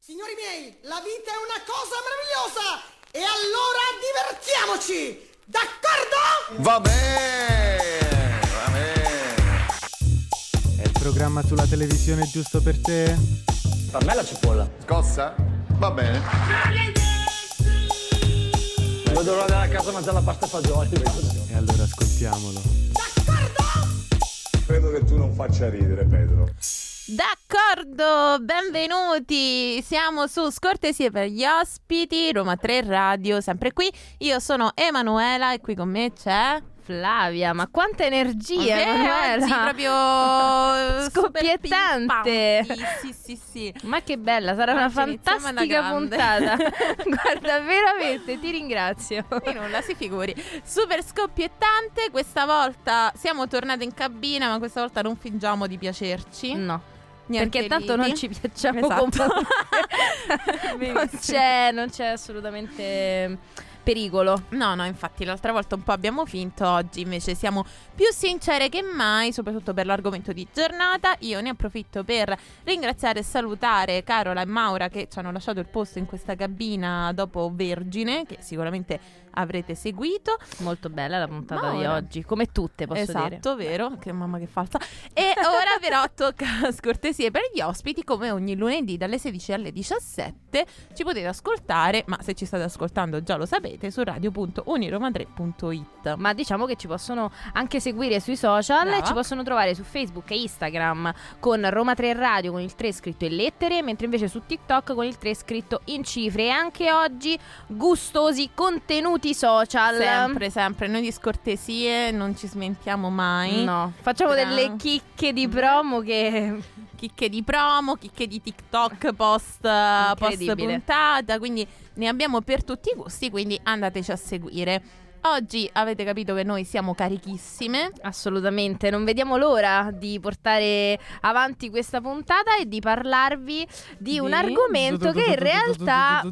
Signori miei, la vita è una cosa meravigliosa! E allora divertiamoci! D'accordo? Va bene, va bene. È il programma sulla televisione giusto per te? Per me la cipolla. Scossa? Va bene. Non dovrò andare a casa a mangiare la pasta e fagioli. E allora ascoltiamolo. Credo che tu non faccia ridere, Pedro. D'accordo, benvenuti. Siamo su Scortesie per gli ospiti, Roma 3 Radio, sempre qui. Io sono Emanuela e qui con me c'è Flavia, ma quanta energia, Vero, Emanuela! oggi proprio eh, Scoppiettante. super pimpanti. Sì, sì, sì. Ma che bella, sarà Oggi una iniziamo alla fantastica grande. puntata. Guarda, veramente, ti ringrazio. Di nulla, si figuri. Super scoppiettante, questa volta siamo tornate in cabina, ma questa volta non fingiamo di piacerci. Niente No, Mm. perché tanto liti. non ci piacciamo Esatto. comunque. non, Benissimo. c'è, non c'è assolutamente pericolo. No, no, infatti l'altra volta un po' abbiamo finto, oggi invece siamo più sincere che mai, soprattutto per l'argomento di giornata. Io ne approfitto per ringraziare e salutare Carola e Maura che ci hanno lasciato il posto in questa cabina dopo Vergine, che sicuramente avrete seguito. Molto bella la puntata di Maura. oggi, come tutte posso dire. esatto, vero? Che mamma che falsa. E ora però tocca scortesie per gli ospiti, come ogni lunedì dalle 16 alle 17 ci potete ascoltare, ma se ci state ascoltando già lo sapete, su radio.uniroma3.it. Ma diciamo che ci possono anche seguire sui social, Brava. ci possono trovare su Facebook e Instagram con Roma 3 Radio con il 3 scritto in lettere, mentre invece su TikTok con il 3 scritto in cifre. E anche oggi gustosi contenuti social. Sempre, sempre, noi di scortesie non ci smentiamo mai. No, facciamo Brava. delle chicche di promo che Chicche di promo, chicche di TikTok post, post Incredibile. puntata, quindi ne abbiamo per tutti i gusti, quindi andateci a seguire. Oggi avete capito che noi siamo carichissime. assolutamente non vediamo l'ora di portare avanti questa puntata e di parlarvi di, un Di? argomento che in realtà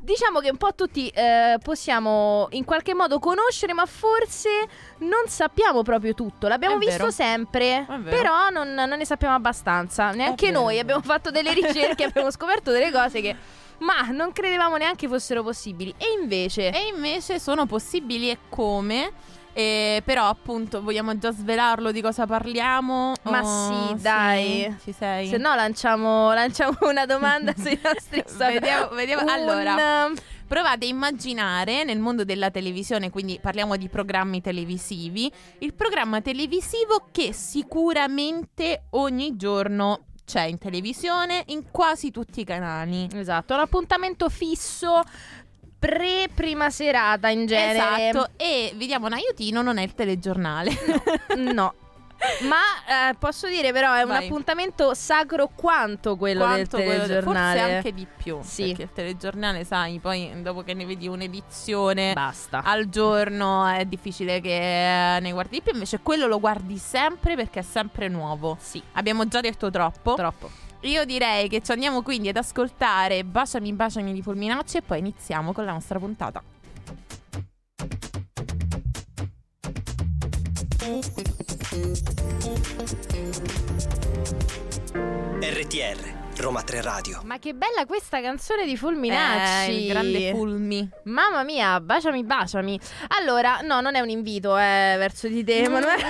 Diciamo che un po' tutti eh, possiamo in qualche modo conoscere, ma forse non sappiamo proprio tutto. L'abbiamo È visto vero. sempre, È vero. però non, non ne sappiamo abbastanza. Neanche vero. noi abbiamo fatto delle ricerche, abbiamo scoperto delle cose che... Ma non credevamo neanche fossero possibili. E invece... E invece sono possibili e come. Eh, però appunto vogliamo già svelarlo di cosa parliamo. Oh, Ma sì, dai. Ci sei. Se no lanciamo, lanciamo una domanda sui nostri social. Vediamo- vediamo- Un- allora. Provate a immaginare nel mondo della televisione, quindi parliamo di programmi televisivi, il programma televisivo che sicuramente ogni giorno c'è in televisione, in quasi tutti i canali. Esatto, un appuntamento fisso pre-prima serata in genere. Esatto, e vi diamo un aiutino, non è il telegiornale. No. Ma eh, posso dire però è un Vai. appuntamento sacro quanto quello Quanto del quello del- telegiornale. Forse anche di più. Sì. Perché il telegiornale, sai, poi dopo che ne vedi un'edizione Basta. al giorno è difficile che eh, ne guardi di più. Invece quello lo guardi sempre perché è sempre nuovo. Sì, Abbiamo già detto troppo. troppo. Io direi che ci andiamo quindi ad ascoltare Baciami Baciami di Fulminacci e poi iniziamo con la nostra puntata. RTR Roma 3 Radio. Ma che bella questa canzone di Fulminacci. Eh, il grande Fulmi. Mamma mia, baciami, baciami. Allora, no, non è un invito eh, verso di te, Emanuele.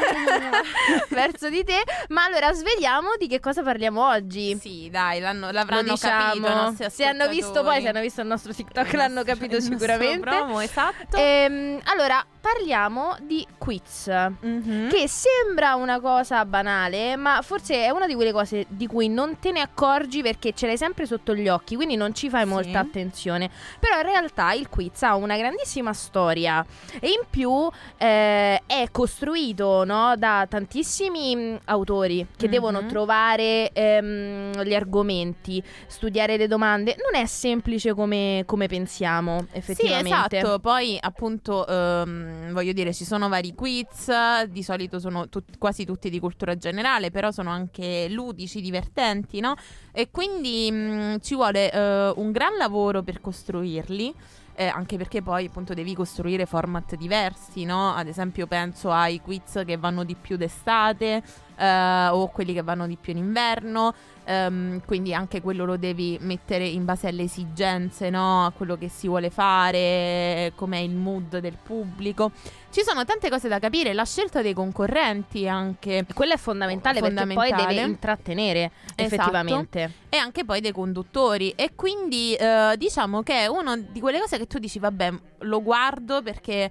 verso di te. Ma allora, svegliamo di che cosa parliamo oggi. Sì, dai, l'hanno- Lo l'avranno diciamo. capito. i nostri se hanno visto poi, ascoltatori. se hanno visto il nostro TikTok, Il l'hanno nostro- capito il nostro sicuramente. promo, esatto. Ehm, allora, parliamo di quiz. Mhm. Che sembra una cosa banale, ma forse è una di quelle cose di cui non te ne accorgi perché ce l'hai sempre sotto gli occhi, quindi non ci fai Sì. molta attenzione. Però in realtà il quiz ha una grandissima storia e in più eh, è costruito no, da tantissimi mh, autori che Mhm. devono trovare ehm, gli argomenti, studiare le domande. Non è semplice come, come pensiamo, Sì, effettivamente. esatto. Poi, appunto, ehm, voglio dire, ci sono vari quiz. Di solito sono tut- quasi tutti di cultura generale, però sono anche ludici, divertenti, mm, no? E quindi mh, ci vuole eh, un gran lavoro per costruirli. eh, anche perché poi appunto devi costruire format diversi, no? Ad esempio penso ai quiz che vanno di più d'estate eh, o quelli che vanno di più in inverno, ehm, quindi anche quello lo devi mettere in base alle esigenze, no? A quello che si vuole fare, com'è il mood del pubblico. Ci sono tante cose da capire, la scelta dei concorrenti anche. Quello è fondamentale, perché poi Fondamentale. Esatto. deve intrattenere effettivamente. E anche poi dei conduttori. E quindi eh, diciamo che è una di quelle cose che tu dici, vabbè, lo guardo perché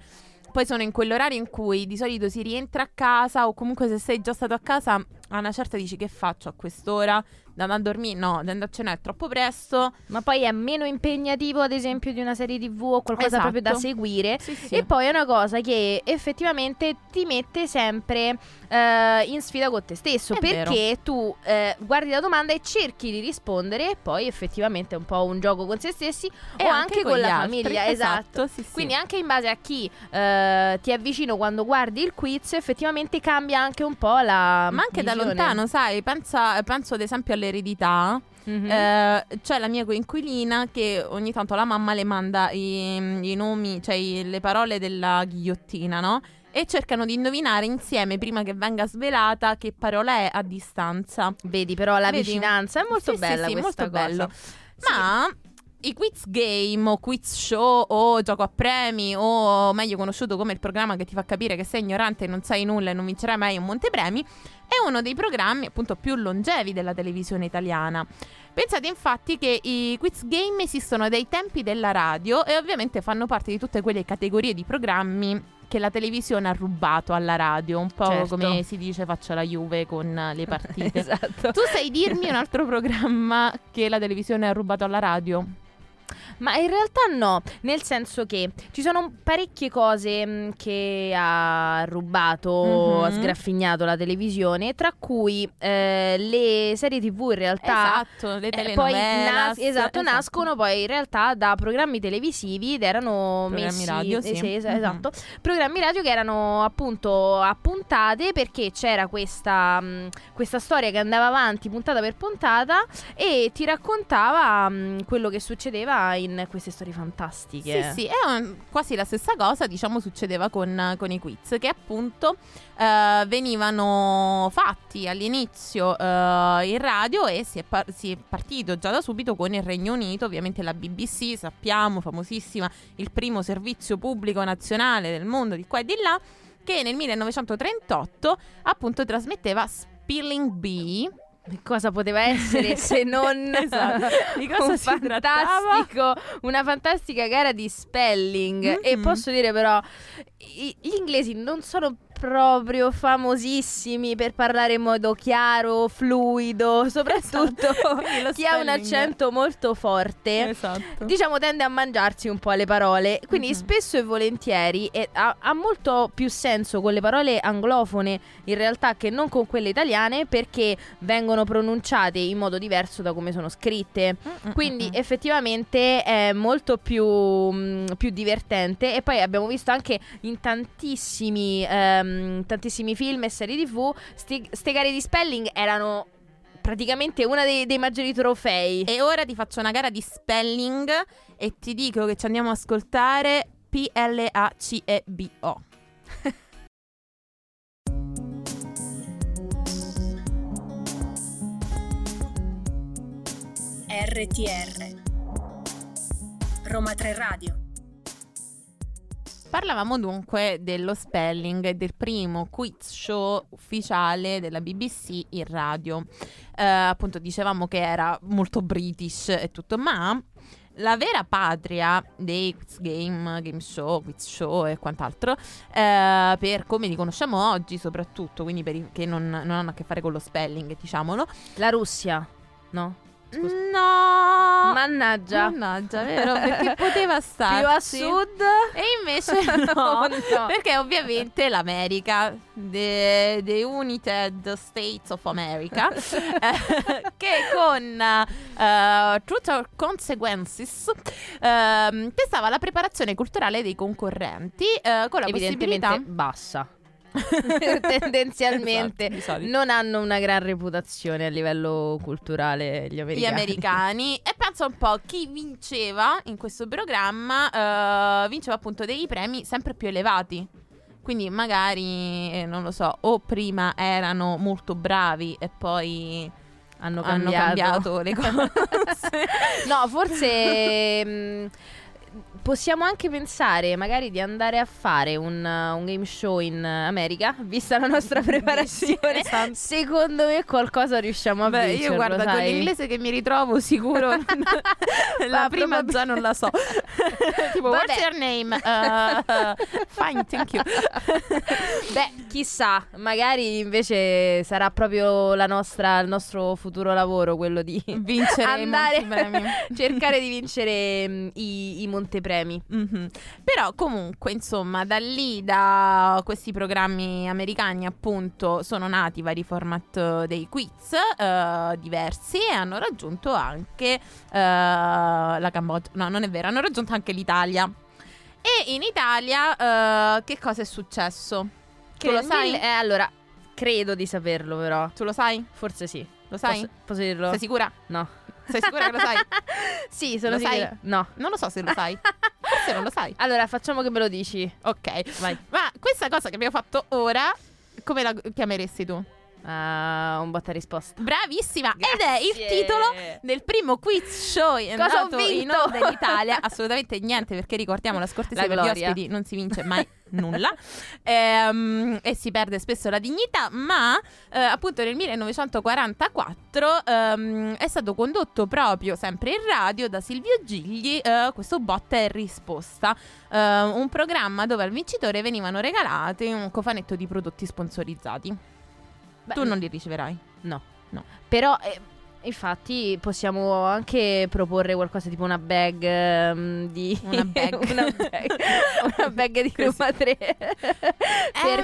poi sono in quell'orario in cui di solito si rientra a casa o comunque se sei già stato a casa a una certa dici che faccio a quest'ora? Da andare a dormire? No, da andare a cena è troppo presto. Ma poi è meno impegnativo, ad esempio, di una serie TV o qualcosa Esatto. proprio da seguire. Sì, sì. E poi è una cosa che effettivamente ti mette sempre eh, in sfida con te stesso. È perché tu eh, guardi la domanda e cerchi di rispondere, e poi effettivamente è un po' un gioco con se stessi E o anche, con, gli la altri. famiglia. Esatto. sì, sì. Quindi anche in base a chi eh, ti avvicino quando guardi il quiz, effettivamente cambia anche un po' la. ma anche da visione. lontano, sai, pensa- penso ad esempio all'eredità. Mhm. Eh, c'è la mia coinquilina che ogni tanto la mamma le manda i, i nomi, cioè i- le parole della ghigliottina, no? E cercano di indovinare insieme, prima che venga svelata, che parola è a distanza. Vedi, però la Vedi? vicinanza è molto Sì, sì, bella sì, questa molto cosa. bello. Ma i quiz game o quiz show o gioco a premi o meglio conosciuto come il programma che ti fa capire che sei ignorante e non sai nulla e non vincerai mai un montepremi è uno dei programmi appunto più longevi della televisione italiana. Pensate infatti che i quiz game esistono dai tempi della radio e ovviamente fanno parte di tutte quelle categorie di programmi che la televisione ha rubato alla radio, un po' Certo. come si dice faccio la Juve con le partite. Esatto. Tu sai dirmi un altro programma che la televisione ha rubato alla radio? Ma in realtà no, nel senso che ci sono parecchie cose mh, che ha rubato, Mhm. ha sgraffignato la televisione, tra cui eh, le serie TV in realtà esatto, le eh, telenovelas. poi nas- esatto, nascono poi in realtà da programmi televisivi ed erano Programmi messi radio, sì. eh, es- Mhm. esatto, programmi radio che erano appunto a puntate perché c'era questa, mh, questa storia che andava avanti puntata per puntata e ti raccontava mh, quello che succedeva in queste storie fantastiche. Sì, sì, è un- quasi la stessa cosa, diciamo, succedeva con, con i quiz, che appunto eh, venivano fatti all'inizio eh, in radio e si è, par- si è partito già da subito con il Regno Unito, ovviamente la BBC, sappiamo, famosissima, il primo servizio pubblico nazionale del mondo di qua e di là, che nel 1938 appunto trasmetteva Spilling Bee. Cosa poteva essere se non Esatto. Di cosa un si fantastico, una fantastica gara di spelling. E Mhm. posso dire però, i- gli inglesi non sono proprio famosissimi per parlare in modo chiaro, fluido, soprattutto Quindi Esatto. lo chi ha un spelling. accento molto forte. Esatto. Diciamo tende a mangiarsi un po' le parole, quindi Mhm. spesso e volentieri e ha, ha molto più senso con le parole anglofone in realtà che non con quelle italiane perché vengono pronunciate in modo diverso da come sono scritte. Mm, mm, Quindi mm, mm. effettivamente è molto più, mh, più divertente e poi abbiamo visto anche in tantissimi, ehm, tantissimi film e serie tv, sti- ste gare di spelling erano praticamente uno dei, dei maggiori trofei. E ora ti faccio una gara di spelling e ti dico che ci andiamo a ascoltare P-L-A-C-E-B-O. RTR Roma 3 Radio Parlavamo dunque dello spelling e del primo quiz show ufficiale della BBC in radio. Eh, appunto dicevamo che era molto british e tutto, ma la vera patria dei quiz game, game show, quiz show e quant'altro, eh, per come li conosciamo oggi soprattutto, quindi per i- che non, non hanno a che fare con lo spelling, diciamolo. La Russia, no? Scusa. No! Mannaggia. Ah, Mannaggia, vero? Perché poteva starci. Più a sud. E invece no, Oh, no. perché ovviamente l'America, the, the United States of America, eh, che con eh, Truth or Consequences ehm, testava la preparazione culturale dei concorrenti eh, con la Evidentemente possibilità... bassa. tendenzialmente Esatto, di solito. non hanno una gran reputazione a livello culturale gli gli americani. americani e pensa un po' chi vinceva in questo programma eh, vinceva appunto dei premi sempre più elevati quindi magari eh, non lo so o prima erano molto bravi e poi hanno hanno cambiato cambiato, le cose no, forse mh, possiamo anche pensare magari di andare a fare un, uh, un game show in uh, America, vista la nostra preparazione. esatto. Secondo me qualcosa riusciamo a Beh, vincerlo, io guarda, con sai? l'inglese che mi ritrovo sicuro la prima Ma probab- già non la so. tipo, Vabbè. what's your name? Uh, fine, thank you. Beh, chissà, magari invece sarà proprio la nostra, il nostro futuro lavoro quello di Vincere i montepremi. cercare di vincere mh, i, i montepremi. Mhm. Però comunque, insomma, da lì, da questi programmi americani, appunto, sono nati vari format eh, dei quiz eh, diversi e hanno raggiunto anche eh, la Cambogia. No, non è vero, hanno raggiunto anche l'Italia. E in Italia eh, che cosa è successo? Che tu lo nel sai? mille- eh, allora, credo di saperlo però. Tu lo sai? Forse sì. Lo sai? Posso, posso dirlo? Sei sicura? No. Sei sicura che lo sai? sì, sono Lo sai? sicura. No. Non lo so se lo sai. Forse non lo sai. Allora, facciamo che me lo dici. Ok, vai. Ma questa cosa che abbiamo fatto ora, come la chiameresti tu? Ah, un botta risposta. Bravissima! Ed è Grazie. il titolo del primo quiz show è Cosa ho andato in vinto? onda in Italia. Assolutamente niente, perché ricordiamo la scortesia La per gli gloria. ospiti non si vince mai nulla Ehm, e si perde spesso la dignità, ma eh, appunto nel 1944 ehm, è stato condotto proprio sempre in radio da Silvio Gigli eh, questo botta e risposta, eh, un programma dove al vincitore venivano regalati un cofanetto di prodotti sponsorizzati. Beh, tu non li riceverai. No. No. Però... eh, Infatti possiamo anche proporre qualcosa tipo una bag ehm, di... Una bag. una, bag una bag di Così. Roma 3. Eh, ma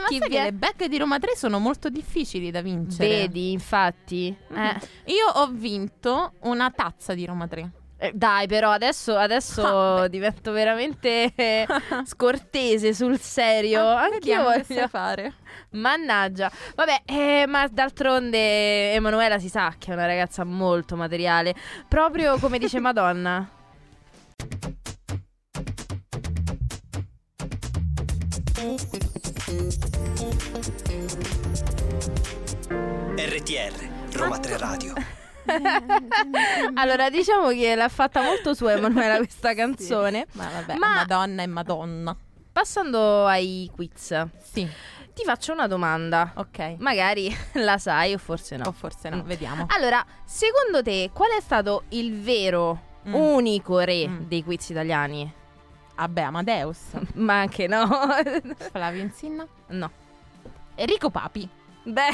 sai che viene- le bag di Roma 3 sono molto difficili da vincere. Vedi, infatti. Eh, Io ho vinto una tazza di Roma 3. eh, dai, però adesso, adesso Ah, beh. divento veramente eh, scortese sul serio. Ah, Anch'io vediamo che sai voglio. fare. Mannaggia. Vabbè, eh, ma d'altronde Emanuela si sa che è una ragazza molto materiale. Proprio come dice Madonna. RTR Roma 3 Radio. Eh, Allora, diciamo che l'ha fatta molto sua Emanuela questa canzone. Ma vabbè, Ma- Madonna e Madonna. Passando ai quiz, Sì, ti faccio una domanda. ok. Magari la sai o forse no. O forse no, Mm. vediamo. Allora, secondo te qual è stato il vero Mm. unico re Mm. dei quiz italiani? Ah. Vabbè, Amadeus, Ma anche no. Flavio Insinna, no. Enrico Papi. Beh,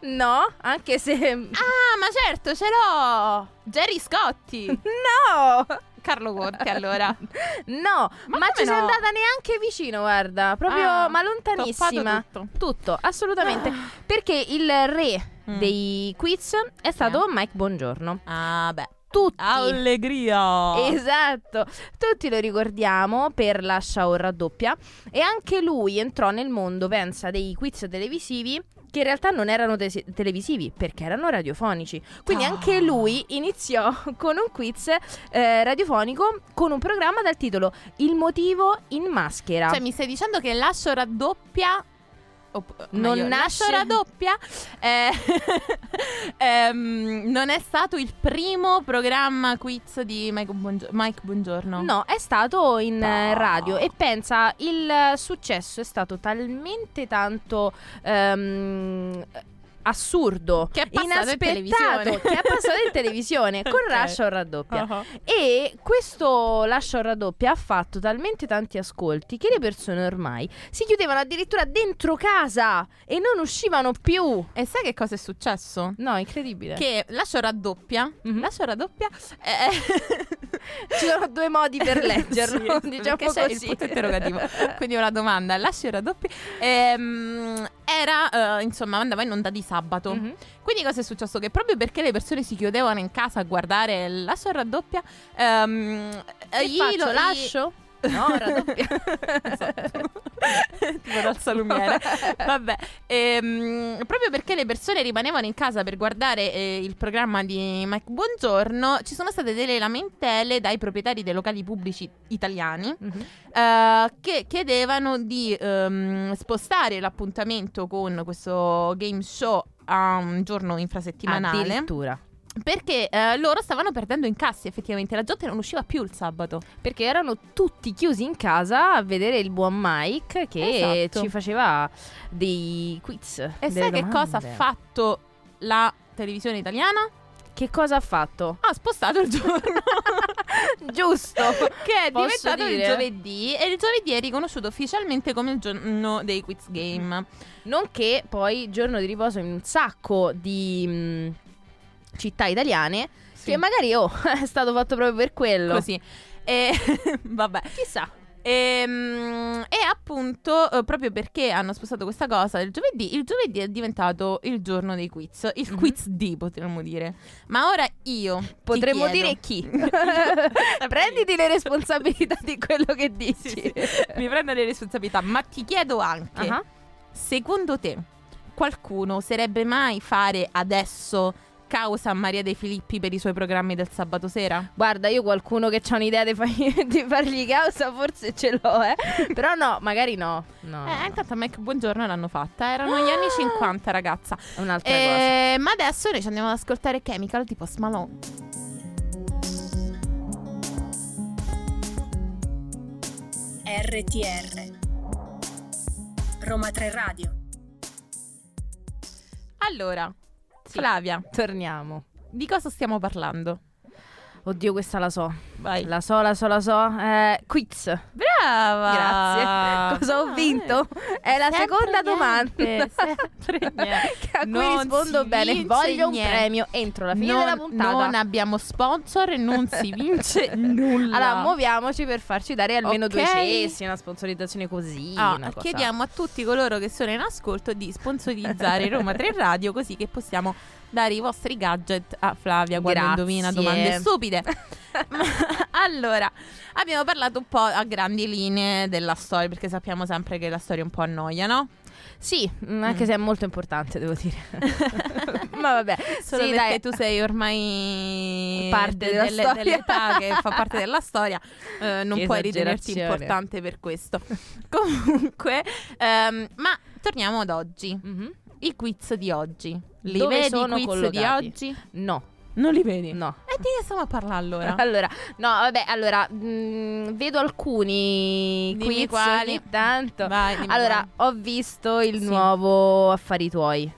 no, anche se Ah, ma certo, ce l'ho! Jerry Scotti, no! Carlo Conte, allora. No, Ma ma, come ci sei no? andata neanche vicino, guarda, proprio Ah, ma lontanissima. toppato tutto. assolutamente, perché il re Mm. dei quiz è stato Mike Buongiorno. Ah, beh. Tutti Allegria! Esatto, tutti lo ricordiamo per la Shaorra doppia e anche lui entrò nel mondo, pensa, dei quiz televisivi che in realtà non erano te- televisivi perché erano radiofonici. Quindi Ah. anche lui iniziò con un quiz eh, radiofonico con un programma dal titolo Il motivo in maschera. Cioè, mi stai dicendo che l'ascio raddoppia. opp- Non meglio, nasce- l'ascio raddoppia. eh, ehm, non è stato il primo programma quiz di Mike, Buongio- Mike Buongiorno. No, è stato in eh, No. radio e pensa il eh, successo è stato talmente tanto ehm, assurdo, Che è passato in inaspettato, televisione. che è passato in televisione con Ok. Russia o raddoppia. Ah, ah. E questo Lascia o raddoppia ha fatto talmente tanti ascolti che le persone ormai si chiudevano addirittura dentro casa e non uscivano più. E sai che cosa è successo? No, incredibile. Che l'ascio raddoppia. Mhm. L'ascio raddoppia. eh, Ci sono due modi per leggerlo, Sì, diciamo perché c'è il così. punto interrogativo. Quindi una domanda, lascio il raddoppio. Ehm, era, eh, insomma, andava in onda di sabato. Mhm. Quindi cosa è successo? Che proprio perché le persone si chiudevano in casa a guardare la sorraddoppia, ehm, Che gli faccio? lo- gli- Lascio? No, raddoppia. Esatto. tipo dal salumiere. Vabbè, ehm, proprio perché le persone rimanevano in casa per guardare eh, il programma di Mike Buongiorno, ci sono state delle lamentele dai proprietari dei locali pubblici italiani Mhm. eh, che chiedevano di ehm, spostare l'appuntamento con questo game show a un giorno infrasettimanale Addirittura. perché eh, loro stavano perdendo incassi effettivamente la gente non usciva più il sabato Perché erano tutti chiusi in casa a vedere il buon Mike che Esatto. ci faceva dei quiz. e sai che cosa ha fatto la televisione italiana? Che cosa ha fatto? ha spostato il giorno. Giusto. Che è Posso diventato il dire? giovedì e il giovedì è riconosciuto ufficialmente come il giorno dei quiz Mm-hmm. game. Nonché poi giorno di riposo in un sacco di mh, città italiane che magari oh, è stato fatto proprio per quello. Così. E vabbè. Chissà. Ehm, E, appunto, eh, proprio perché hanno spostato questa cosa del giovedì, il giovedì è diventato il giorno dei quiz, il Mm-hmm. quiz D potremmo dire. Ma ora io ti Potremmo chiedo- dire chi. Prenditi le responsabilità di quello che dici. Sì, sì, Mi prendo le responsabilità, ma ti chiedo anche Ah, Secondo te qualcuno oserebbe mai fare adesso causa a Maria De Filippi per i suoi programmi del sabato sera? Guarda, io qualcuno che ha un'idea di, fargli- di fargli causa forse ce l'ho, eh. Però no, magari no. No, no, Eh, no. intanto a Mike Buongiorno l'hanno fatta, erano gli anni Ah! 50 ragazza. È un'altra cosa. Eh, ma adesso noi ci andiamo ad ascoltare Chemical tipo Post Malone. RTR Roma 3 Radio Allora, Flavia, Torniamo. di cosa stiamo parlando? Oddio, questa la so. Vai. La so, la so, la so. Eh, quiz. Brava! Grazie. Cosa ho Ah, vinto? È la Sempre seconda niente, domanda. sempre niente. Che a cui Non rispondo si bene. vince Voglio un niente. premio entro la fine non, della puntata. non abbiamo sponsor e non si vince nulla. Allora, muoviamoci per farci dare almeno Ok. due cessi, una sponsorizzazione così. Ah, una cosa. chiediamo a tutti coloro che sono in ascolto di sponsorizzare Roma 3 Radio così che possiamo dare i vostri gadget a Flavia quando Grazie. indovina domande stupide. Ma- allora, abbiamo parlato un po' a grandi linee della storia perché sappiamo sempre che la storia un po' annoia, no? Sì, mm, anche se è molto importante, devo dire. Ma vabbè, Solo sì, perché dai. tu sei ormai Parte de- della delle- storia. dell'età che fa parte della storia, eh, non Che puoi ritenerti esagerazione. importante per questo. Comunque, ehm, ma torniamo ad oggi. Mhm. I quiz di oggi. Li Dove vedi i sono quiz di collocati? oggi? No, Non li vedi? no. E di che stiamo a parlare allora? Allora, no, vabbè, allora mh, vedo alcuni Dimmi quiz quali. ogni tanto. Vai, dimmi allora, ho visto il Sì. nuovo Affari tuoi.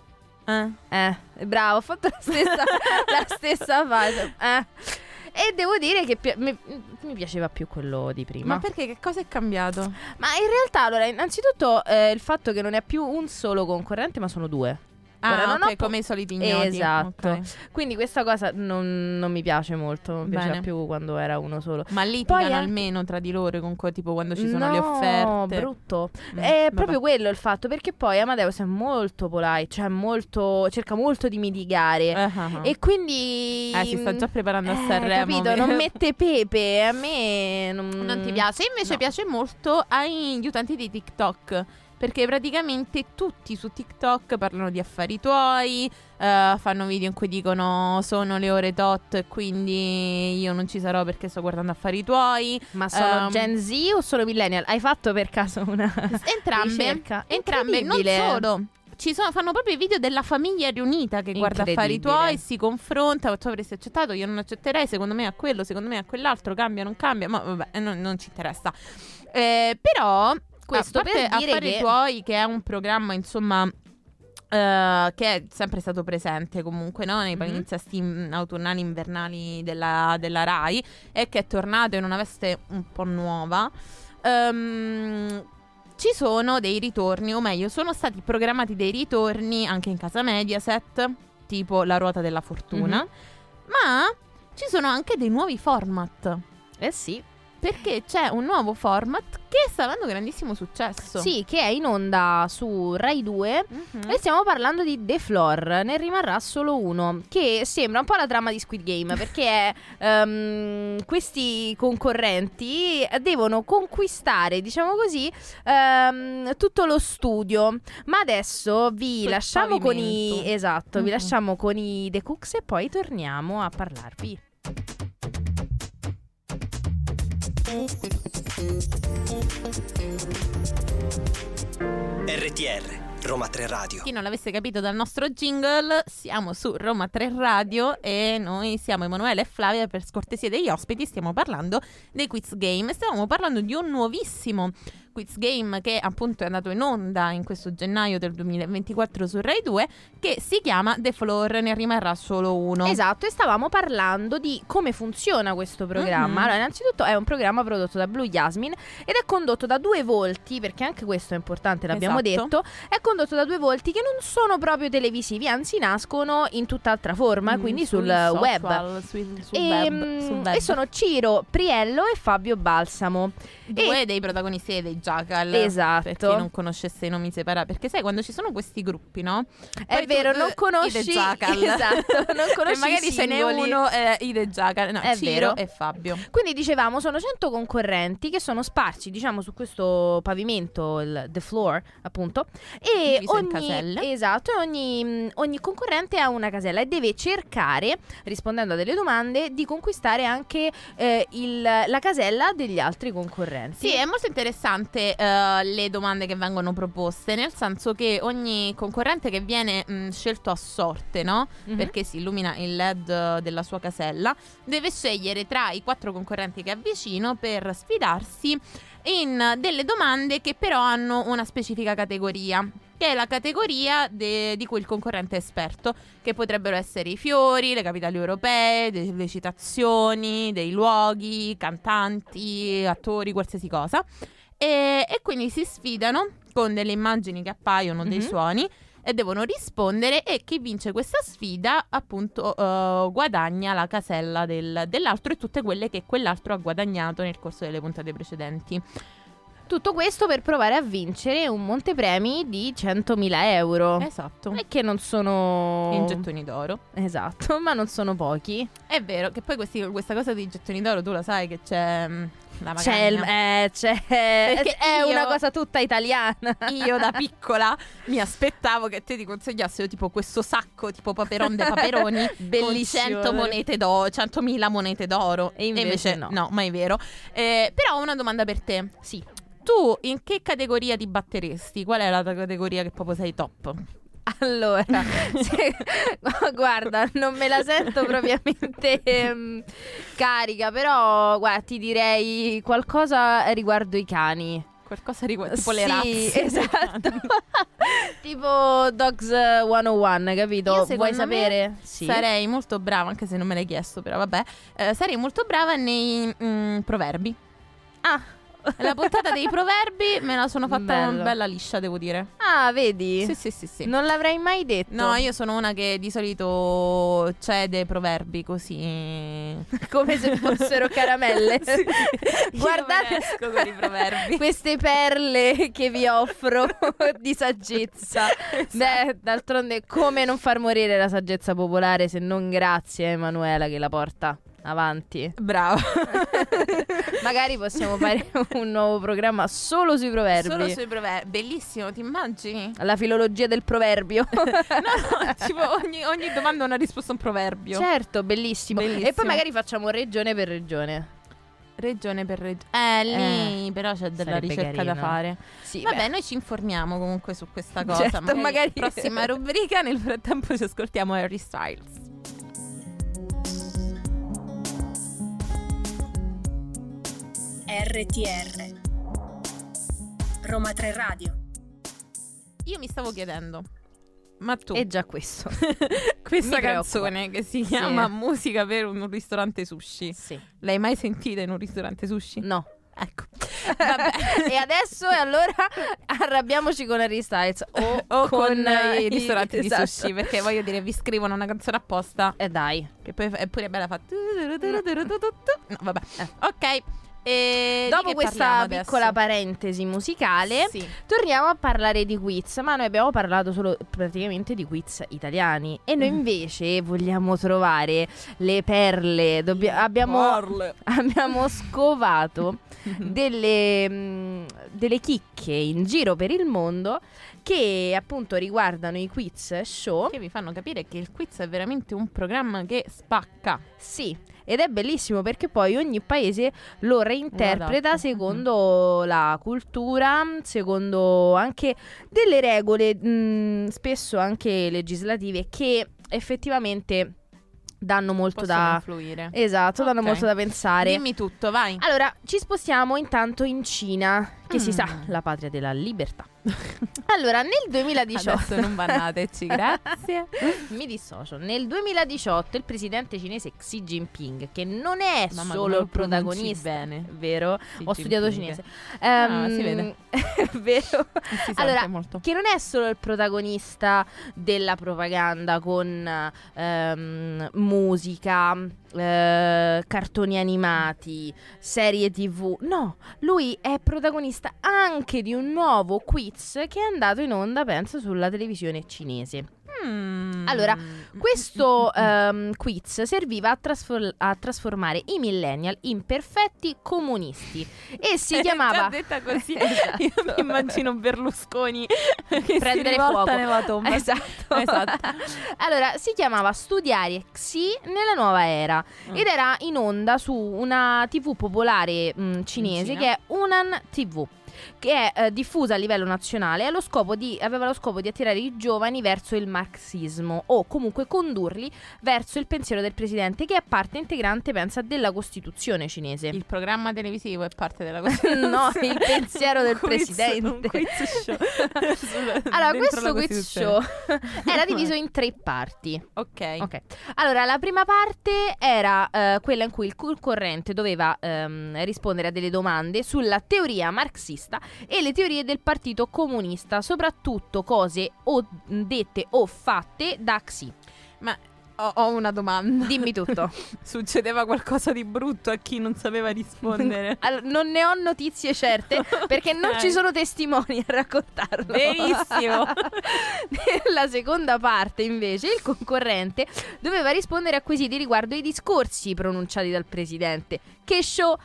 quali. Eh. Eh, bravo, ho fatto la stessa, la stessa fase. Eh. E devo dire che pi- mi, mi piaceva più quello di prima. Ma perché che cosa è cambiato? Ma in realtà, allora, innanzitutto eh, il fatto che non è più un solo concorrente, ma sono due. Ora, Ah, ok, non ho po- come i soliti ignoti. Esatto. Ok. Quindi questa cosa non, non mi piace molto. Non mi piaceva Bene. più quando era uno solo. Ma litigano Poi anche- almeno tra di loro, con co- tipo quando ci sono le No, offerte. brutto. Mm, è vabbè. proprio quello il fatto, perché poi Amadeus è molto polite, cioè molto, cerca molto di mitigare. Ah, ah, ah. E quindi... Eh, si sta già preparando a Eh, Sanremo. Mm, capito, non mette pepe, a me non, Non ti piace. Invece No. piace molto agli utenti di TikTok. Perché praticamente tutti su TikTok parlano di affari tuoi, eh, fanno video in cui dicono sono le ore tot e quindi io non ci sarò perché sto guardando affari tuoi. Ma sono Ehm, Gen Z o solo millennial? Hai fatto per caso una Entrambe, ricerca? entrambe, non Incredibile. solo. Ci sono, fanno proprio i video della famiglia riunita che guarda affari Incredibile. tuoi, si confronta, tu avresti accettato, io non accetterei, secondo me a quello, secondo me a quell'altro, cambia, non cambia, ma vabbè, eh, non, non ci interessa. Eh, però, questo Questo a parte per dire affari che- tuoi, che è un programma, insomma... eh, che è sempre stato presente comunque no? nei Mhm. palinsesti in- autunnali invernali della, della Rai e che è tornato in una veste un po' nuova Ehm, ci sono dei ritorni, o meglio, sono stati programmati dei ritorni anche in casa Mediaset, tipo La ruota della Mhm. Mm-hmm. fortuna, ma ci sono anche dei nuovi format. Eh sì. Perché c'è un nuovo format che sta avendo grandissimo successo. Sì, che è in onda su Rai 2 Mhm. E stiamo parlando di The Floor, ne rimarrà solo uno, che sembra un po' la trama di Squid Game, perché è, ehm, questi concorrenti devono conquistare, diciamo così, ehm, tutto lo studio. Ma adesso vi il lasciamo con i... pavimento. Esatto, vi Mhm. lasciamo con i The Cooks e poi torniamo a parlarvi. RTR, Roma 3 Radio. Chi non l'avesse capito dal nostro jingle, siamo su Roma 3 Radio e noi siamo Emanuele e Flavia per scortesia degli ospiti, stiamo parlando dei quiz game. Stavamo parlando di un nuovissimo quiz game che appunto è andato in onda in questo gennaio del 2024 su Rai 2 che si chiama The Floor, ne rimarrà solo uno. Esatto, e stavamo parlando di come funziona questo programma. Mhm. Allora, innanzitutto è un programma prodotto da Blue Jasmine ed è condotto da due volti, perché anche questo è importante, l'abbiamo Esatto. detto. È condotto da due volti che non sono proprio televisivi, anzi nascono in tutt'altra forma, Mm, quindi sui sul social, web. sui- sul E, web, sul mm, web. e sono Ciro Priello e Fabio Balsamo. due e- dei protagonisti dei Jackal. Esatto. Per chi non conoscesse i nomi separati. Perché sai, quando ci sono questi gruppi, no? È Poi tu- vero, eh, non conosci- i The Jackal. esatto, non conosci e magari i se ne singoli. uno eh, i The Jackal. No, È Ciro vero. e Fabio. Quindi dicevamo, sono 100 concorrenti che sono sparsi, diciamo, su questo pavimento, il the floor, appunto. E Diviso in caselle. ogni, esatto, e ogni, ogni concorrente ha una casella e deve cercare, rispondendo a delle domande, di conquistare anche eh, il- la casella degli altri concorrenti. Sì, è molto interessante eh, le domande che vengono proposte, nel senso che ogni concorrente che viene mh, scelto a sorte, no? Mhm. Perché si illumina il LED della sua casella, deve scegliere tra i quattro concorrenti che ha vicino per sfidarsi in delle domande che però hanno una specifica categoria. Che è la categoria de- di cui il concorrente è esperto, che potrebbero essere i fiori, le capitali europee, delle citazioni, dei luoghi, cantanti, attori, qualsiasi cosa. E, e quindi si sfidano con delle immagini che appaiono, dei Mhm. suoni e devono rispondere e chi vince questa sfida appunto eh, guadagna la casella del- dell'altro e tutte quelle che quell'altro ha guadagnato nel corso delle puntate precedenti. Tutto questo per provare a vincere un montepremi di 100.000 euro. Esatto. E che non sono... In gettoni d'oro. Esatto, ma non sono pochi. È vero che poi questi- questa cosa dei gettoni d'oro tu la sai che c'è mm, la magagna. C'è, il- eh, c'è, Perché è io- una cosa tutta italiana. Io da piccola mi aspettavo che te ti consegnassero tipo questo sacco tipo paperon dei paperoni con Bellissimo. 100 monete d'oro, 100.000 monete d'oro. E invece no. no. ma è vero. Eh, però ho una domanda per te. Sì. Tu in che categoria ti batteresti? Qual è la tua categoria che proprio sei top? Allora, se- guarda, non me la sento propriamente ehm, carica, però guarda, ti direi qualcosa riguardo i cani. Qualcosa riguardo tipo le Sì, razze. Esatto. tipo Dogs 101, capito? Io, secondo Vuoi me, sapere? Sì. Sarei molto brava, anche se non me l'hai chiesto, però vabbè. Eh, sarei molto brava nei mm, proverbi. Ah. La puntata dei proverbi me la sono fatta Bello. una bella liscia, devo dire. Ah, vedi? Sì, sì, sì, sì. Non l'avrei mai detto. No, io sono una che di solito cede proverbi così. come se fossero caramelle. Sì, sì. Io Guardate me ne esco con i proverbi. queste perle che vi offro di saggezza. Esatto. Beh, d'altronde, come non far morire la saggezza popolare se non grazie a Emanuela che la porta avanti? Bravo. Magari possiamo fare un nuovo programma solo sui proverbi. Solo sui proverbi. Bellissimo, ti immagini? La filologia del proverbio. No, no, tipo ogni, ogni domanda ha una risposta a un proverbio. Certo, bellissimo. E Bellissimo. poi magari facciamo regione per regione. Regione per regione. Eh, lì però c'è della sarebbe ricerca da carino. fare. Sì, Vabbè, beh. noi ci informiamo comunque su questa cosa. Certo, magari- Prossima rubrica, nel frattempo ci ascoltiamo Harry Styles. RTR. Roma 3 Radio. Io mi stavo chiedendo, ma tu, È già questo. questa mi preoccupa. canzone che si Sì. chiama Musica per un ristorante sushi, sì. l'hai mai sentita in un ristorante sushi? No. Ecco, vabbè. e adesso e allora arrabbiamoci con Harry Styles o, o con, eh, i ristoranti esatto. di sushi, perché voglio Eh, dire, vi scrivono una canzone apposta E Eh, dai, Che poi è pure bella fatta. No, vabbè. Ok. E di Dopo che questa parliamo piccola adesso? parentesi musicale, Sì. torniamo a parlare di quiz. Ma noi abbiamo parlato solo praticamente di quiz italiani. E Mm. noi invece vogliamo trovare le perle. Dobbia- abbiamo, Ah, abbiamo scovato delle, mh, delle chicche in giro per il mondo che appunto riguardano i quiz show. che vi fanno capire che il quiz è veramente un programma che spacca. Sì, ed è bellissimo perché poi ogni paese lo reinterpreta adatto. secondo la cultura, secondo anche delle regole, mh, spesso anche legislative, che effettivamente danno molto Possono da... influire. Esatto, danno Ok. molto da pensare. Dimmi tutto, vai. Allora, ci spostiamo intanto in Cina, che si Mm. sa, la patria della libertà. allora, nel 2018... Adesso non bannateci, grazie. Mi dissocio. Nel 2018 il presidente cinese Xi Jinping, che non è Mamma, come solo lo il protagonista, pronunci bene. vero? Xi Ho studiato Jinping. cinese. Ah, Ehm, si vede. è vero. Si sente Allora, molto. Che non è solo il protagonista della propaganda con ehm, musica, eh, cartoni animati, serie tv. No, lui è protagonista anche di un nuovo quiz che è andato in onda, penso, sulla televisione cinese. Mm. Allora, Questo Mm. ehm, quiz serviva a, trasfor- a trasformare i millennial in perfetti comunisti e si Già chiamava detta così, Esatto. io mi immagino Berlusconi che Prendere si rivolta fuoco. nella tomba. Esatto. Esatto. allora, si chiamava Studiare Xi nella nuova era Mm. ed era in onda su una TV popolare mh, cinese Cina. che è Unan TV. Che è eh, diffusa a livello nazionale e allo scopo di- aveva lo scopo di attirare i giovani verso il marxismo o comunque condurli verso il pensiero del presidente, che è parte integrante, pensa, della Costituzione cinese. Il programma televisivo è parte della Costituzione. No, il pensiero del Un quiz- presidente. Un quiz show. Sulla- dentro la allora, questo quiz Costituzione. show era diviso in tre parti. Ok. Ok. Allora, la prima parte era eh, quella in cui il concorrente doveva ehm, rispondere a delle domande sulla teoria marxista e le teorie del Partito Comunista, soprattutto cose o dette o fatte da Xi. Ho, ho una domanda. Dimmi tutto. Succedeva qualcosa di brutto a chi non sapeva rispondere. Allora, non ne ho notizie certe perché non Ok. ci sono testimoni a raccontarlo. Benissimo. Nella seconda parte, invece, il concorrente doveva rispondere a quesiti riguardo i discorsi pronunciati dal presidente. Che show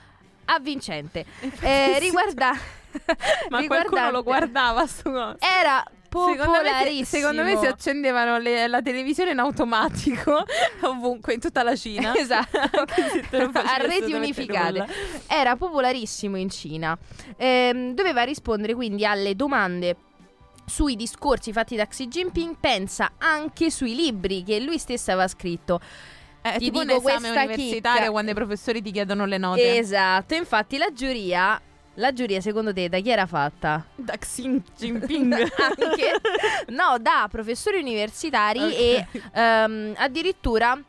avvincente! Eh, riguarda. Eh. Ma qualcuno lo riguardante- guardava sto coso. Era Secondo me, popolarissimo. se- secondo me si accendevano le- la televisione in automatico ovunque, in tutta la Cina. Esatto, Anche se te non facevi a reti assolutamente nulla. unificate. Eh, Era popolarissimo in Cina. Ehm, doveva rispondere quindi alle domande sui discorsi fatti da Xi Jinping, pensa anche sui libri che lui stesso aveva scritto. È Ti tipo un dico esame questa universitario chicca. quando i professori ti chiedono le note. Esatto, infatti la giuria, la giuria secondo te da chi era fatta? da Xi Jinping. Anche? No, da professori universitari Ok. e ehm, addirittura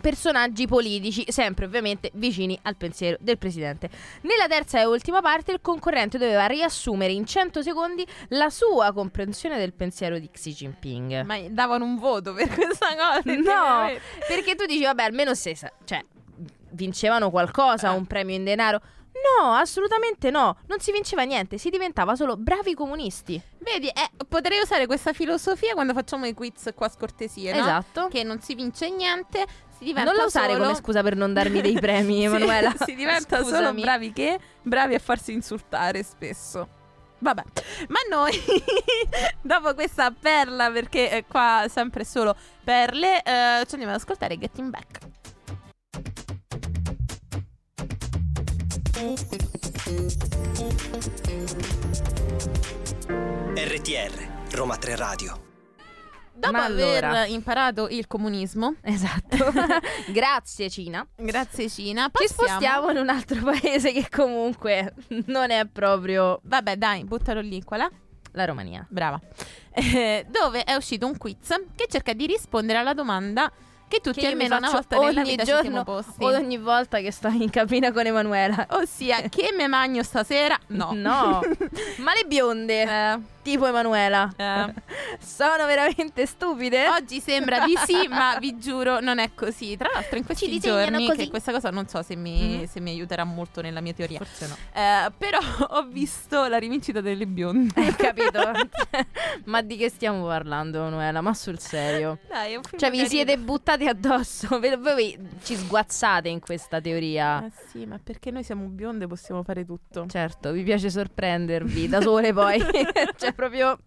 personaggi politici, sempre ovviamente vicini al pensiero del presidente. Nella terza e ultima parte il concorrente doveva riassumere in 100 secondi la sua comprensione del pensiero di Xi Jinping. Ma davano un voto per questa cosa? No, perché tu dici, vabbè, almeno se sa- cioè, vincevano qualcosa, Eh. un premio in denaro. No, assolutamente no, non si vinceva niente, si diventava solo bravi comunisti. Vedi, eh, potrei usare questa filosofia quando facciamo i quiz qua scortesie, no? Esatto. Che non si vince niente, si diventa Non la usare solo- come scusa per non darmi dei premi, Sì, Emanuela. si diventa solo Scusami. bravi che? Bravi a farsi insultare spesso. Vabbè, ma noi dopo questa perla, perché eh, qua sempre solo perle, eh, ci andiamo ad ascoltare Getting Back. RTR, Roma 3 Radio. Dopo Ma aver allora. imparato il comunismo, Esatto. Grazie Cina. grazie Cina, Ci passiamo- spostiamo in un altro paese che comunque non è proprio Vabbè, dai, buttalo lì, qua là. la Romania. Brava. Eh, dove è uscito un quiz che cerca di rispondere alla domanda che tutti io mi almeno una faccio volta nella vita ci siamo posti. o ogni volta che sto in cabina con Emanuela. Ossia, che me magno stasera? No. No. Ma le bionde. Eh, Tipo Emanuela. Eh. Sono veramente stupide. Oggi sembra di sì, ma vi giuro non è così. Tra l'altro in questi Ci disegnano giorni, così. che questa cosa non so se mi, Mhm. se mi aiuterà molto nella mia teoria, Forse no. Eh, però ho visto la rivincita delle bionde. Hai capito? Ma di che stiamo parlando, Manuela? Ma sul serio? Dai, è un film Cioè, vi carino. siete buttati addosso. Ve- Voi vi- ci sguazzate in questa teoria. Ah sì, ma perché noi siamo bionde possiamo fare tutto. Certo, vi piace sorprendervi da sole poi. cioè, proprio.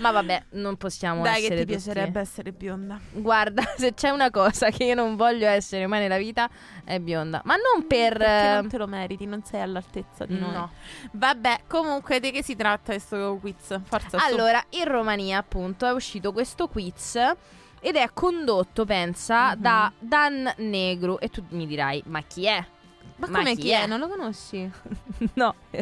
Ma vabbè, non possiamo Dai, che essere ti tutti- piacerebbe essere bionda. Guarda, se c'è una cosa che io non voglio essere mai nella vita è bionda. Ma non per. eh, Perché non te lo meriti, non sei all'altezza di noi. No. eh, Vabbè, comunque di che si tratta questo quiz? Forza, su. Allora, in Romania, appunto, è uscito questo quiz. Ed è condotto, pensa, Mhm. da Dan Negru. E tu mi dirai, ma chi è? Ma ma come chi chi è? è? Non lo conosci? No. Ma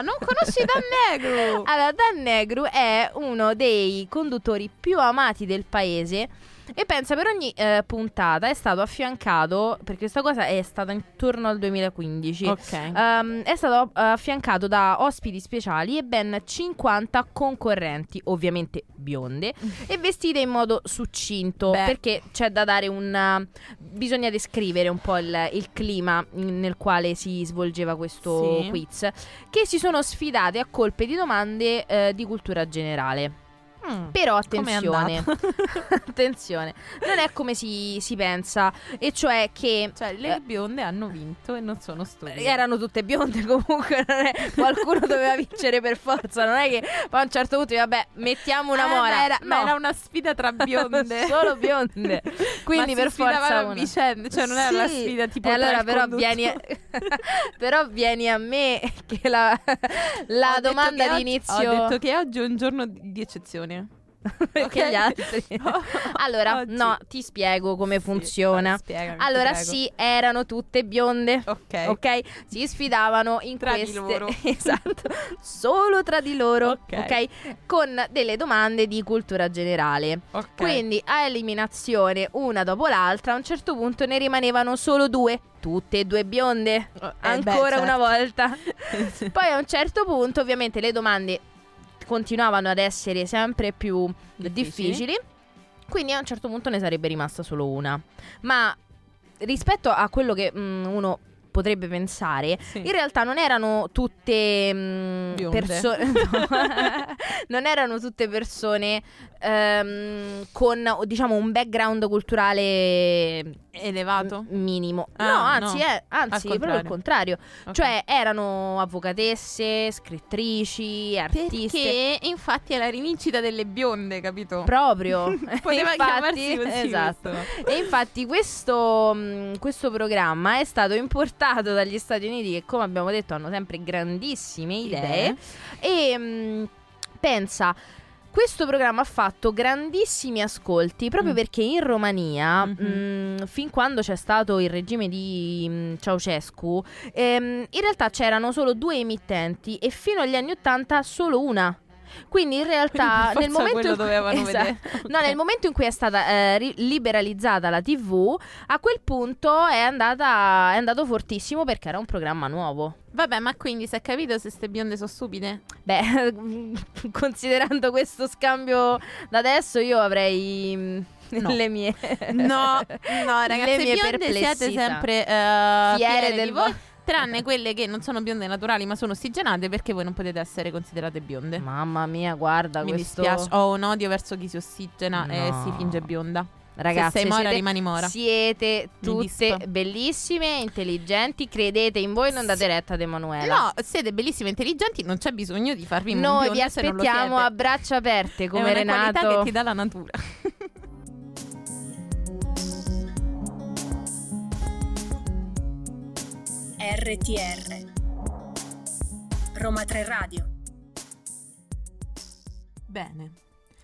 no, non conosci Dan Negru. Allora, Dan Negru è uno dei conduttori più amati del paese. E pensa, per ogni eh, puntata è stato affiancato, perché questa cosa è stata intorno al 2015. Ok. Ehm, è stato eh, affiancato da ospiti speciali e ben 50 concorrenti, ovviamente bionde, e vestite in modo succinto, Beh. perché c'è da dare un... bisogna descrivere un po' il, il clima in- nel quale si svolgeva questo Sì. quiz, che si sono sfidate a colpe di domande eh, di cultura generale. Mm. Però Com'è attenzione, andato? attenzione, non è come si, si pensa, e cioè che Cioè, le bionde hanno vinto e non sono eh, stupide. erano tutte bionde comunque, non è- qualcuno doveva vincere per forza, non è che poi a un certo punto dici, vabbè mettiamo una Eh, mora, ma era, ma No. era una sfida tra bionde. Solo bionde. Quindi Ma per si sfidavano forza a una. vicenda, cioè non era Sì. una sfida tipo tra E allora il però conduttore. vieni, a... però vieni a me che la, la Ho detto domanda che di oggi- inizio Ho detto che oggi è un giorno di di eccezione. perché ok. gli altri. Oh, allora, oggi. no, ti spiego come Sì, funziona. dai, spiegami, ti allora prego. sì, erano tutte bionde. Ok. Ok, si sfidavano in Tra di queste loro. esatto, solo tra di loro, Ok. ok? Con delle domande di cultura generale. ok. Quindi a eliminazione una dopo l'altra, a un certo punto ne rimanevano solo due, tutte e due bionde, Oh, eh, ancora beh, una volta. certo. Poi a un certo punto ovviamente le domande continuavano ad essere sempre più difficili, quindi a un certo punto ne sarebbe rimasta solo una. Ma rispetto a quello che mm, uno potrebbe pensare, Sì. in realtà non erano tutte mm, Bionde. persone. no. non erano tutte persone ehm, con o, diciamo un background culturale Elevato. m- minimo. Ah, no, anzi, no. è- Al anzi proprio il contrario. contrario. Ok. Cioè, erano avvocatesse, scrittrici, artiste. Perché infatti è la rivincita delle bionde, capito? Proprio. Poteva chiamarsi così Esatto. questo. E infatti questo, mh, questo programma è stato importato dagli Stati Uniti che come abbiamo detto hanno sempre grandissime idee. E mh, pensa... Questo programma ha fatto grandissimi ascolti proprio Mm. perché in Romania, Mhm. mh, fin quando c'è stato il regime di mh, Ceausescu, ehm, in realtà c'erano solo due emittenti e fino agli anni Ottanta solo una. Quindi in realtà Quindi per nel forza momento quello in cui- dovevano Esatto. vedere. No, nel momento in cui è stata eh, ri- liberalizzata la TV, a quel punto è, andata, è andato fortissimo perché era un programma nuovo. Vabbè, ma quindi si è capito se ste bionde sono stupide? Beh, considerando questo scambio da adesso, io avrei mm, No. le mie. No, no, le ragazzi, mie bionde perplessità. siete sempre eh, Fiere fiere del di voi. vo- Tranne quelle che non sono bionde naturali ma sono ossigenate perché voi non potete essere considerate bionde. Mamma mia, guarda Mi questo. dispiace, ho un odio verso chi si ossigena e No. si finge bionda. Ragazzi, Se sei mora, siete- rimani mora. Siete tutte dispa. bellissime, intelligenti, credete in voi, non date retta ad Emanuela. No, siete bellissime e intelligenti, non c'è bisogno di farvi un Eh, Noi bionde vi se non lo aspettiamo siete. a braccia aperte come È una qualità Renato. che ti dà la natura. RTR Roma 3 Radio Bene,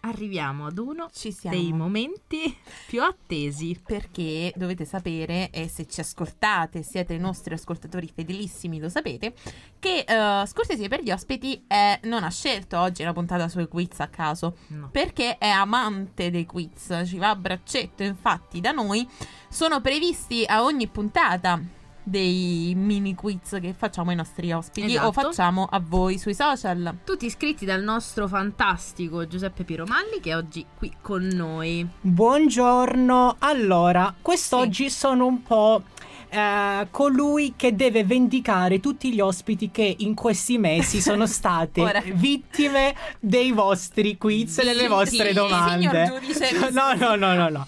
Arriviamo ad uno ci momenti più attesi. perché dovete sapere, e se ci ascoltate, siete i nostri ascoltatori fedelissimi, lo sapete, che eh, Scortesie per gli ospiti eh, non ha scelto oggi la puntata sui quiz a caso, No. perché è amante dei quiz, ci va a braccetto, infatti da noi sono previsti a ogni puntata dei mini quiz che facciamo ai nostri ospiti o Esatto. facciamo a voi sui social. Tutti iscritti dal nostro fantastico Giuseppe Piromalli che è oggi qui con noi. Buongiorno, allora, quest'oggi sono un po' eh, colui che deve vendicare tutti gli ospiti che in questi mesi sono state Ora. vittime dei vostri quiz e delle Sì, vostre sì, domande. signor giudice. no, no, no, no, no.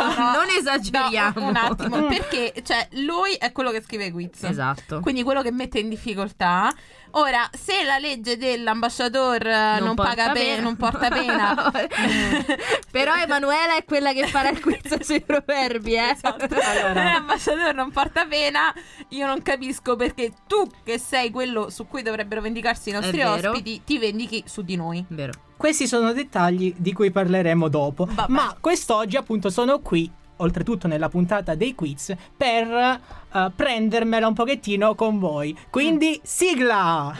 No, non esageriamo. no, un attimo, perché cioè, lui è quello che scrive i quiz. Esatto. Quindi quello che mette in difficoltà. Ora, se la legge dell'ambasciador eh, non, Mm. paga pena, non porta pena. Però Emanuela è quella che farà il quiz sui proverbi, eh. Esatto. Se l'ambasciatore non porta pena, io non capisco perché tu, che sei quello su cui dovrebbero vendicarsi i nostri È vero. ospiti, ti vendichi su di noi. Vero. Questi sono dettagli di cui parleremo dopo. Vabbè. Ma quest'oggi, appunto, sono qui. Oltretutto nella puntata dei quiz per eh, prendermela un pochettino con voi. Mm. Quindi, sigla!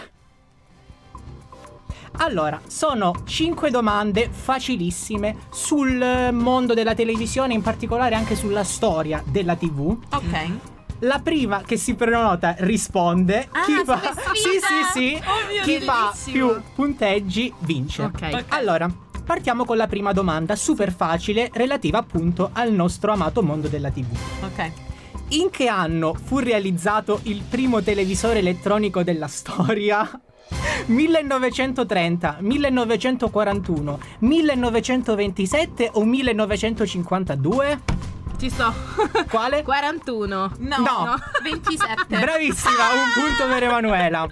Allora, sono 5 domande facilissime sul eh, mondo della televisione, in particolare anche sulla storia della TV. Ok. La prima che si prenota risponde. Ah, chi sulla fa Sì, sfida! sì, sì. Oh mio chi Dio, fa bellissimo. più punteggi vince. Ok. Allora, partiamo con la prima domanda super facile relativa appunto al nostro amato mondo della TV. Ok. In che anno fu realizzato il primo televisore elettronico della storia? 1930, 1941, 1927 o 1952? Ci sto. Quale? 41. No, No. 27. Bravissima, un punto per Emanuela.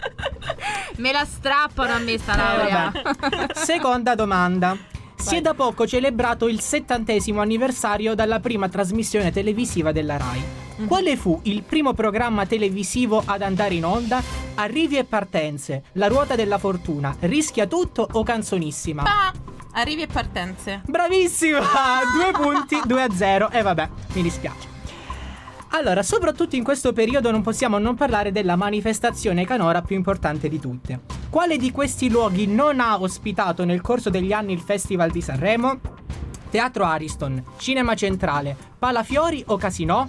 Me la strappano a me sta Eh, laurea. vabbè. Seconda domanda. Si è da poco celebrato il settantesimo anniversario dalla prima trasmissione televisiva della RAI. Quale fu il primo programma televisivo ad andare in onda? Arrivi e partenze, La ruota della fortuna, Rischia tutto o Canzonissima? Pa! Arrivi e partenze. Bravissima! Due punti, 2 a 0. E vabbè, mi dispiace. Allora, soprattutto in questo periodo non possiamo non parlare della manifestazione canora più importante di tutte. Quale di questi luoghi non ha ospitato nel corso degli anni il Festival di Sanremo? Teatro Ariston, Cinema Centrale, Palafiori o Casino?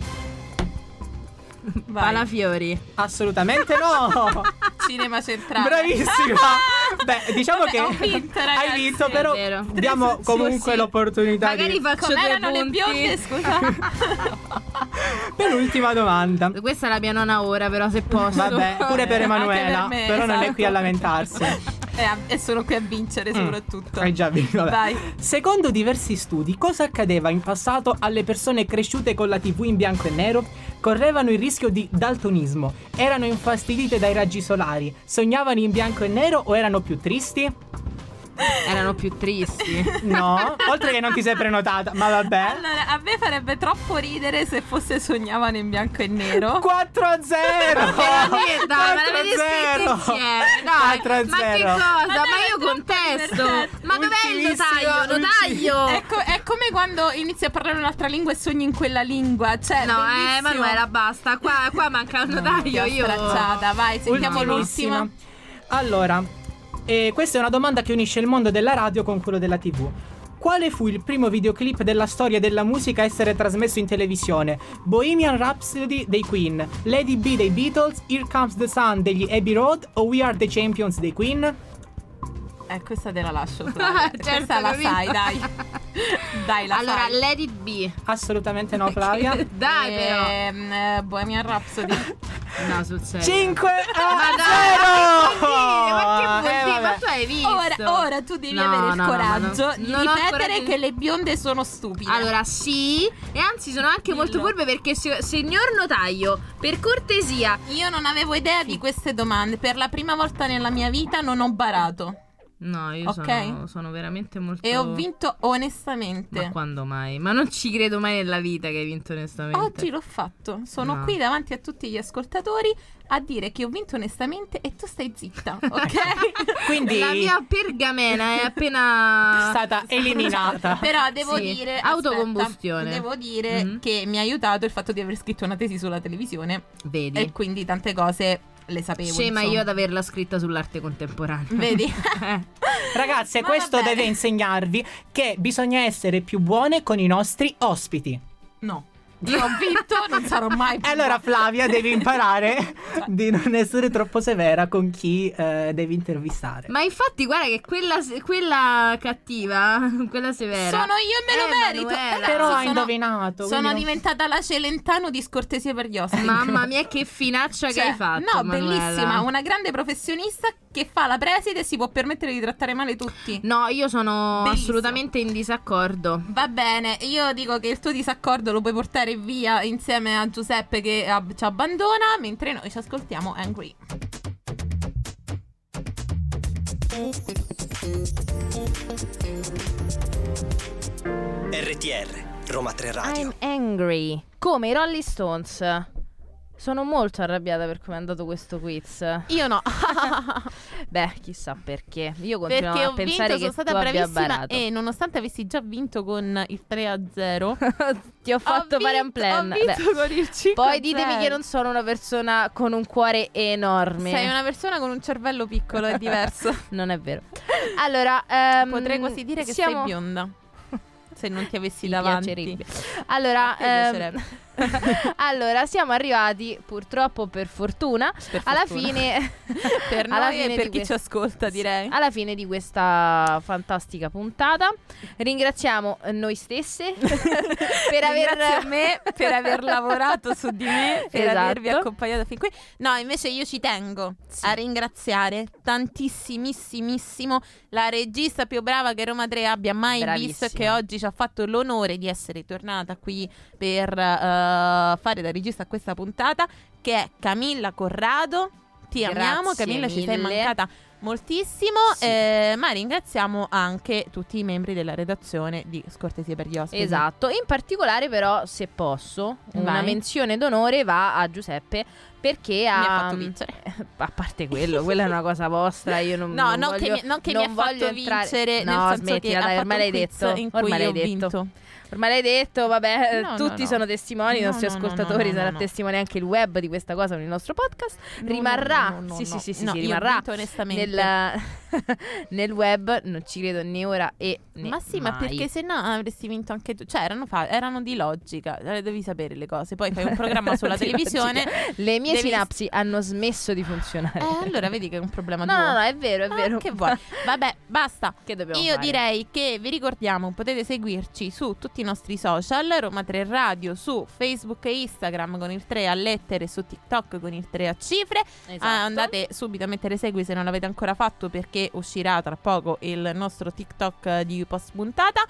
Vai. Palafiori. Assolutamente no! Cinema centrale. Bravissima! Beh, diciamo Vabbè, che ho vinto, ragazzi, hai vinto, è però vero. diamo Sì, comunque sì. l'opportunità Magari di... faccio Com'erano due le punti. bionde, scusa? Penultima domanda. Questa è la mia nonna ora, però se posso. Vabbè, pure per Emanuela, Anche per me, però non è esatto. qui a lamentarsi. Mm. Eh, a- e sono qui a vincere soprattutto. Hai già vinto. vabbè. Vai. Secondo diversi studi, cosa accadeva in passato alle persone cresciute con la TV in bianco e nero? Correvano il rischio di daltonismo, erano infastidite dai raggi solari, sognavano in bianco e nero o erano più tristi? Erano più tristi. No, oltre che non ti sei prenotata, ma vabbè. Allora, a me farebbe troppo ridere se fosse sognavano in bianco e nero. 4 a 0! Veramente, dai, ma l'avete scritto insieme, dai. 4 a 0! Ma che cosa? Ma, Ma io dai, è troppo contesto. divertente. Ma dov'è il Ultimissima, notaio? ultimissima. Notaio! È, co- Ecco, è come quando inizi a parlare un'altra lingua e sogni in quella lingua. Cioè, No, eh, bellissimo. Emanuela, basta. Qua, qua manca il notaio. Ti ho Io. stracciata, vai, sentiamo Ultimissima. l'ultima. Allora, eh, questa è una domanda che unisce il mondo della radio con quello della TV. Quale fu il primo videoclip della storia della musica a essere trasmesso in televisione? Bohemian Rhapsody dei Queen, Lady B dei Beatles, Here Comes the Sun degli Abbey Road o We Are the Champions dei Queen? Eh, questa te la lascio. Flavia. Certo, Cioè, questa la capito. sai, dai. Dai, la Allora, sai. Lady B. Assolutamente no, Flavia. Dai, però. Ehm, eh, Bohemian Rhapsody. No, sul serio. 5 Eh, Ma dai, ma che a 0! vuol dire? Ma tu hai visto? Eh, Ora, ora tu devi No, avere il no, no, coraggio ma no. di Non ho ripetere coraggio di- che le bionde sono stupide. Allora, sì, e anzi sono anche molto Dillo. furbe perché, si- signor notaio, per cortesia. io non avevo idea di queste domande. Per la prima volta nella mia vita non ho barato. No, io Ok. sono, sono veramente molto. E ho vinto onestamente. Oh. Ma quando mai? Ma non ci credo mai nella vita che hai vinto onestamente. Oggi l'ho fatto. Sono No. qui davanti a tutti gli ascoltatori a dire che ho vinto onestamente e tu stai zitta, ok? Quindi La mia pergamena è è appena stata eliminata. Però devo Sì, dire aspetta, autocombustione. devo dire Mhm. che mi ha aiutato il fatto di aver scritto una tesi sulla televisione e Vedi. quindi tante cose le sapevo. Scema insomma. io ad averla scritta sull'arte contemporanea. Vedi? Ragazze, Ma questo vabbè. deve insegnarvi che bisogna essere più buone con i nostri ospiti. No. Io ho vinto, non sarò mai più E allora Flavia devi imparare di non essere troppo severa con chi eh, devi intervistare. Ma infatti, guarda che quella, se- quella cattiva, quella severa. Sono io e me lo è merito. Manuela. Eh, Però sono- ha indovinato. Sono quindi non- diventata la Celentano di scortesia per gli ospiti. Mamma mia, che Cioè, finaccia che hai fatto. No, Manuela. bellissima, una grande professionista che fa la preside e si può permettere di trattare male tutti. No, io sono Bellissima. assolutamente in disaccordo. Va bene, io dico che il tuo disaccordo lo puoi portare via insieme a Giuseppe che ab- ci abbandona, mentre noi ci ascoltiamo Angry. RTR Roma 3 Radio. I'm angry. Come i Rolling Stones. Sono molto arrabbiata per come è andato questo quiz. Io no, Beh, chissà perché. Io continuo perché a ho vinto, pensare sono che stata tu abbia bravissima barato. e nonostante avessi già vinto con il 3 a 0, Ti ho fatto fare un plan. Ho vinto Beh, con il 5 Poi ditemi che non sono una persona con un cuore enorme. Sei una persona con un cervello piccolo, è diverso. Non è vero. Allora, ehm, Potrei quasi dire che siamo... sei bionda. Se non ti avessi Mi davanti. piacerebbe. Allora, Ah, Che ehm, piacerebbe. allora, siamo arrivati purtroppo per fortuna Per alla fortuna. fine per alla noi fine e per di chi ci quest- ascolta, direi. alla fine di questa fantastica puntata. Ringraziamo eh, noi stesse per aver Ringrazio me per aver lavorato su di me, per Esatto. avervi accompagnato fin qui. No, invece io ci tengo a ringraziare tantissimissimo la regista più brava che Roma 3 abbia mai visto Bravissima. e che oggi ci ha fatto l'onore di essere tornata qui per eh, fare da regista a questa puntata, che è Camilla Corrado. Ti Grazie amiamo, Camilla, ci sei mille. mancata moltissimo, Sì. eh, ma ringraziamo anche tutti i membri della redazione di Scortesia per gli ospiti. Esatto, in particolare però se posso una Vai. menzione d'onore va a Giuseppe perché ha, Mi mm, ha fatto vincere. A parte quello, quella è una cosa vostra, io non No, mm, non non, voglio, che mi, non che mi non ha fatto voglio entrare- vincere no, nel senso che smettila, ha dai, fatto ormai l'hai un quiz detto, in cui ormai io l'hai ho detto. vinto. Ormai l'hai detto, vabbè, eh, No, no, tutti no. sono testimoni, i No, nostri no, no, no, ascoltatori, no, sarà no. testimone anche il web di questa cosa con il nostro podcast. No, rimarrà, no, no, no, sì, no. sì, sì, sì, No, sì, io ho rimarrà vinto onestamente. nel, nel web, non ci credo né ora e né Ma sì, ma mai. perché se no avresti vinto anche tu. Cioè, erano, fa- erano di logica, eh, devi sapere le cose. Poi fai un programma sulla Di televisione. logica. Le mie devi- sinapsi hanno smesso di funzionare. Eh, allora vedi che è un problema No, tuo. no, no, è vero, è Ah, vero. Che vuoi? Vabbè, basta. Che dobbiamo Io fare? direi che vi ricordiamo, potete seguirci su tutti i nostri social, Roma 3 Radio, su Facebook e Instagram con il 3 a lettere, e su TikTok con il 3 a cifre. Esatto. Ah, andate subito a mettere segui se non l'avete ancora fatto perché uscirà tra poco il nostro TikTok eh, di post puntata.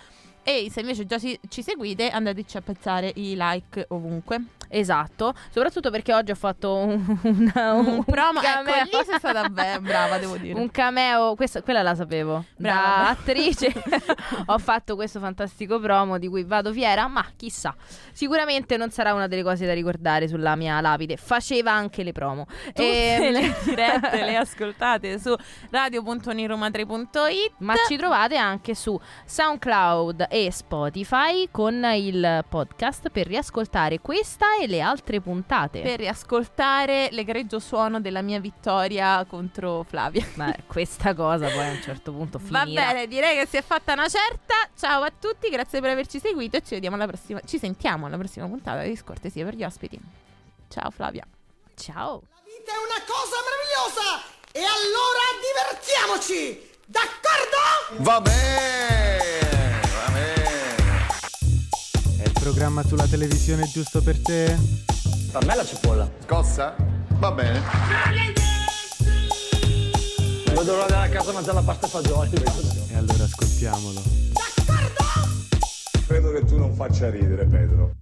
E se invece già ci, ci seguite andateci a pezzare i like ovunque. Esatto, soprattutto perché oggi ho fatto un, una- Un un promo, ecco, cameo. lì sei stata be- brava, devo dire. Un cameo, questa- quella la sapevo. Brava. Da attrice ho fatto questo fantastico promo di cui vado fiera, ma chissà. Sicuramente non sarà una delle cose da ricordare sulla mia lapide. Faceva anche le promo. Ehm, Tutte le dirette le ascoltate su radio.niroma3.it Ma ci trovate anche su SoundCloud e Spotify con il podcast per riascoltare questa e le altre puntate. per riascoltare l'egregio suono della mia vittoria contro Flavia. Ma questa cosa poi a un certo punto finirà. Va bene, direi che si è fatta una certa. Ciao a tutti, grazie per averci seguito e ci vediamo alla prossima. Ci sentiamo alla prossima puntata di Scortesia per gli ospiti. Ciao Flavia. Ciao. La vita è una cosa meravigliosa e allora divertiamoci, d'accordo? Va bene, va bene. È il programma sulla televisione giusto per te? Per me la cipolla. Scossa? Va bene. Quando devo andare a casa a mangiare la pasta e fagioli. E allora ascoltiamolo. Credo che tu non faccia ridere, Pedro.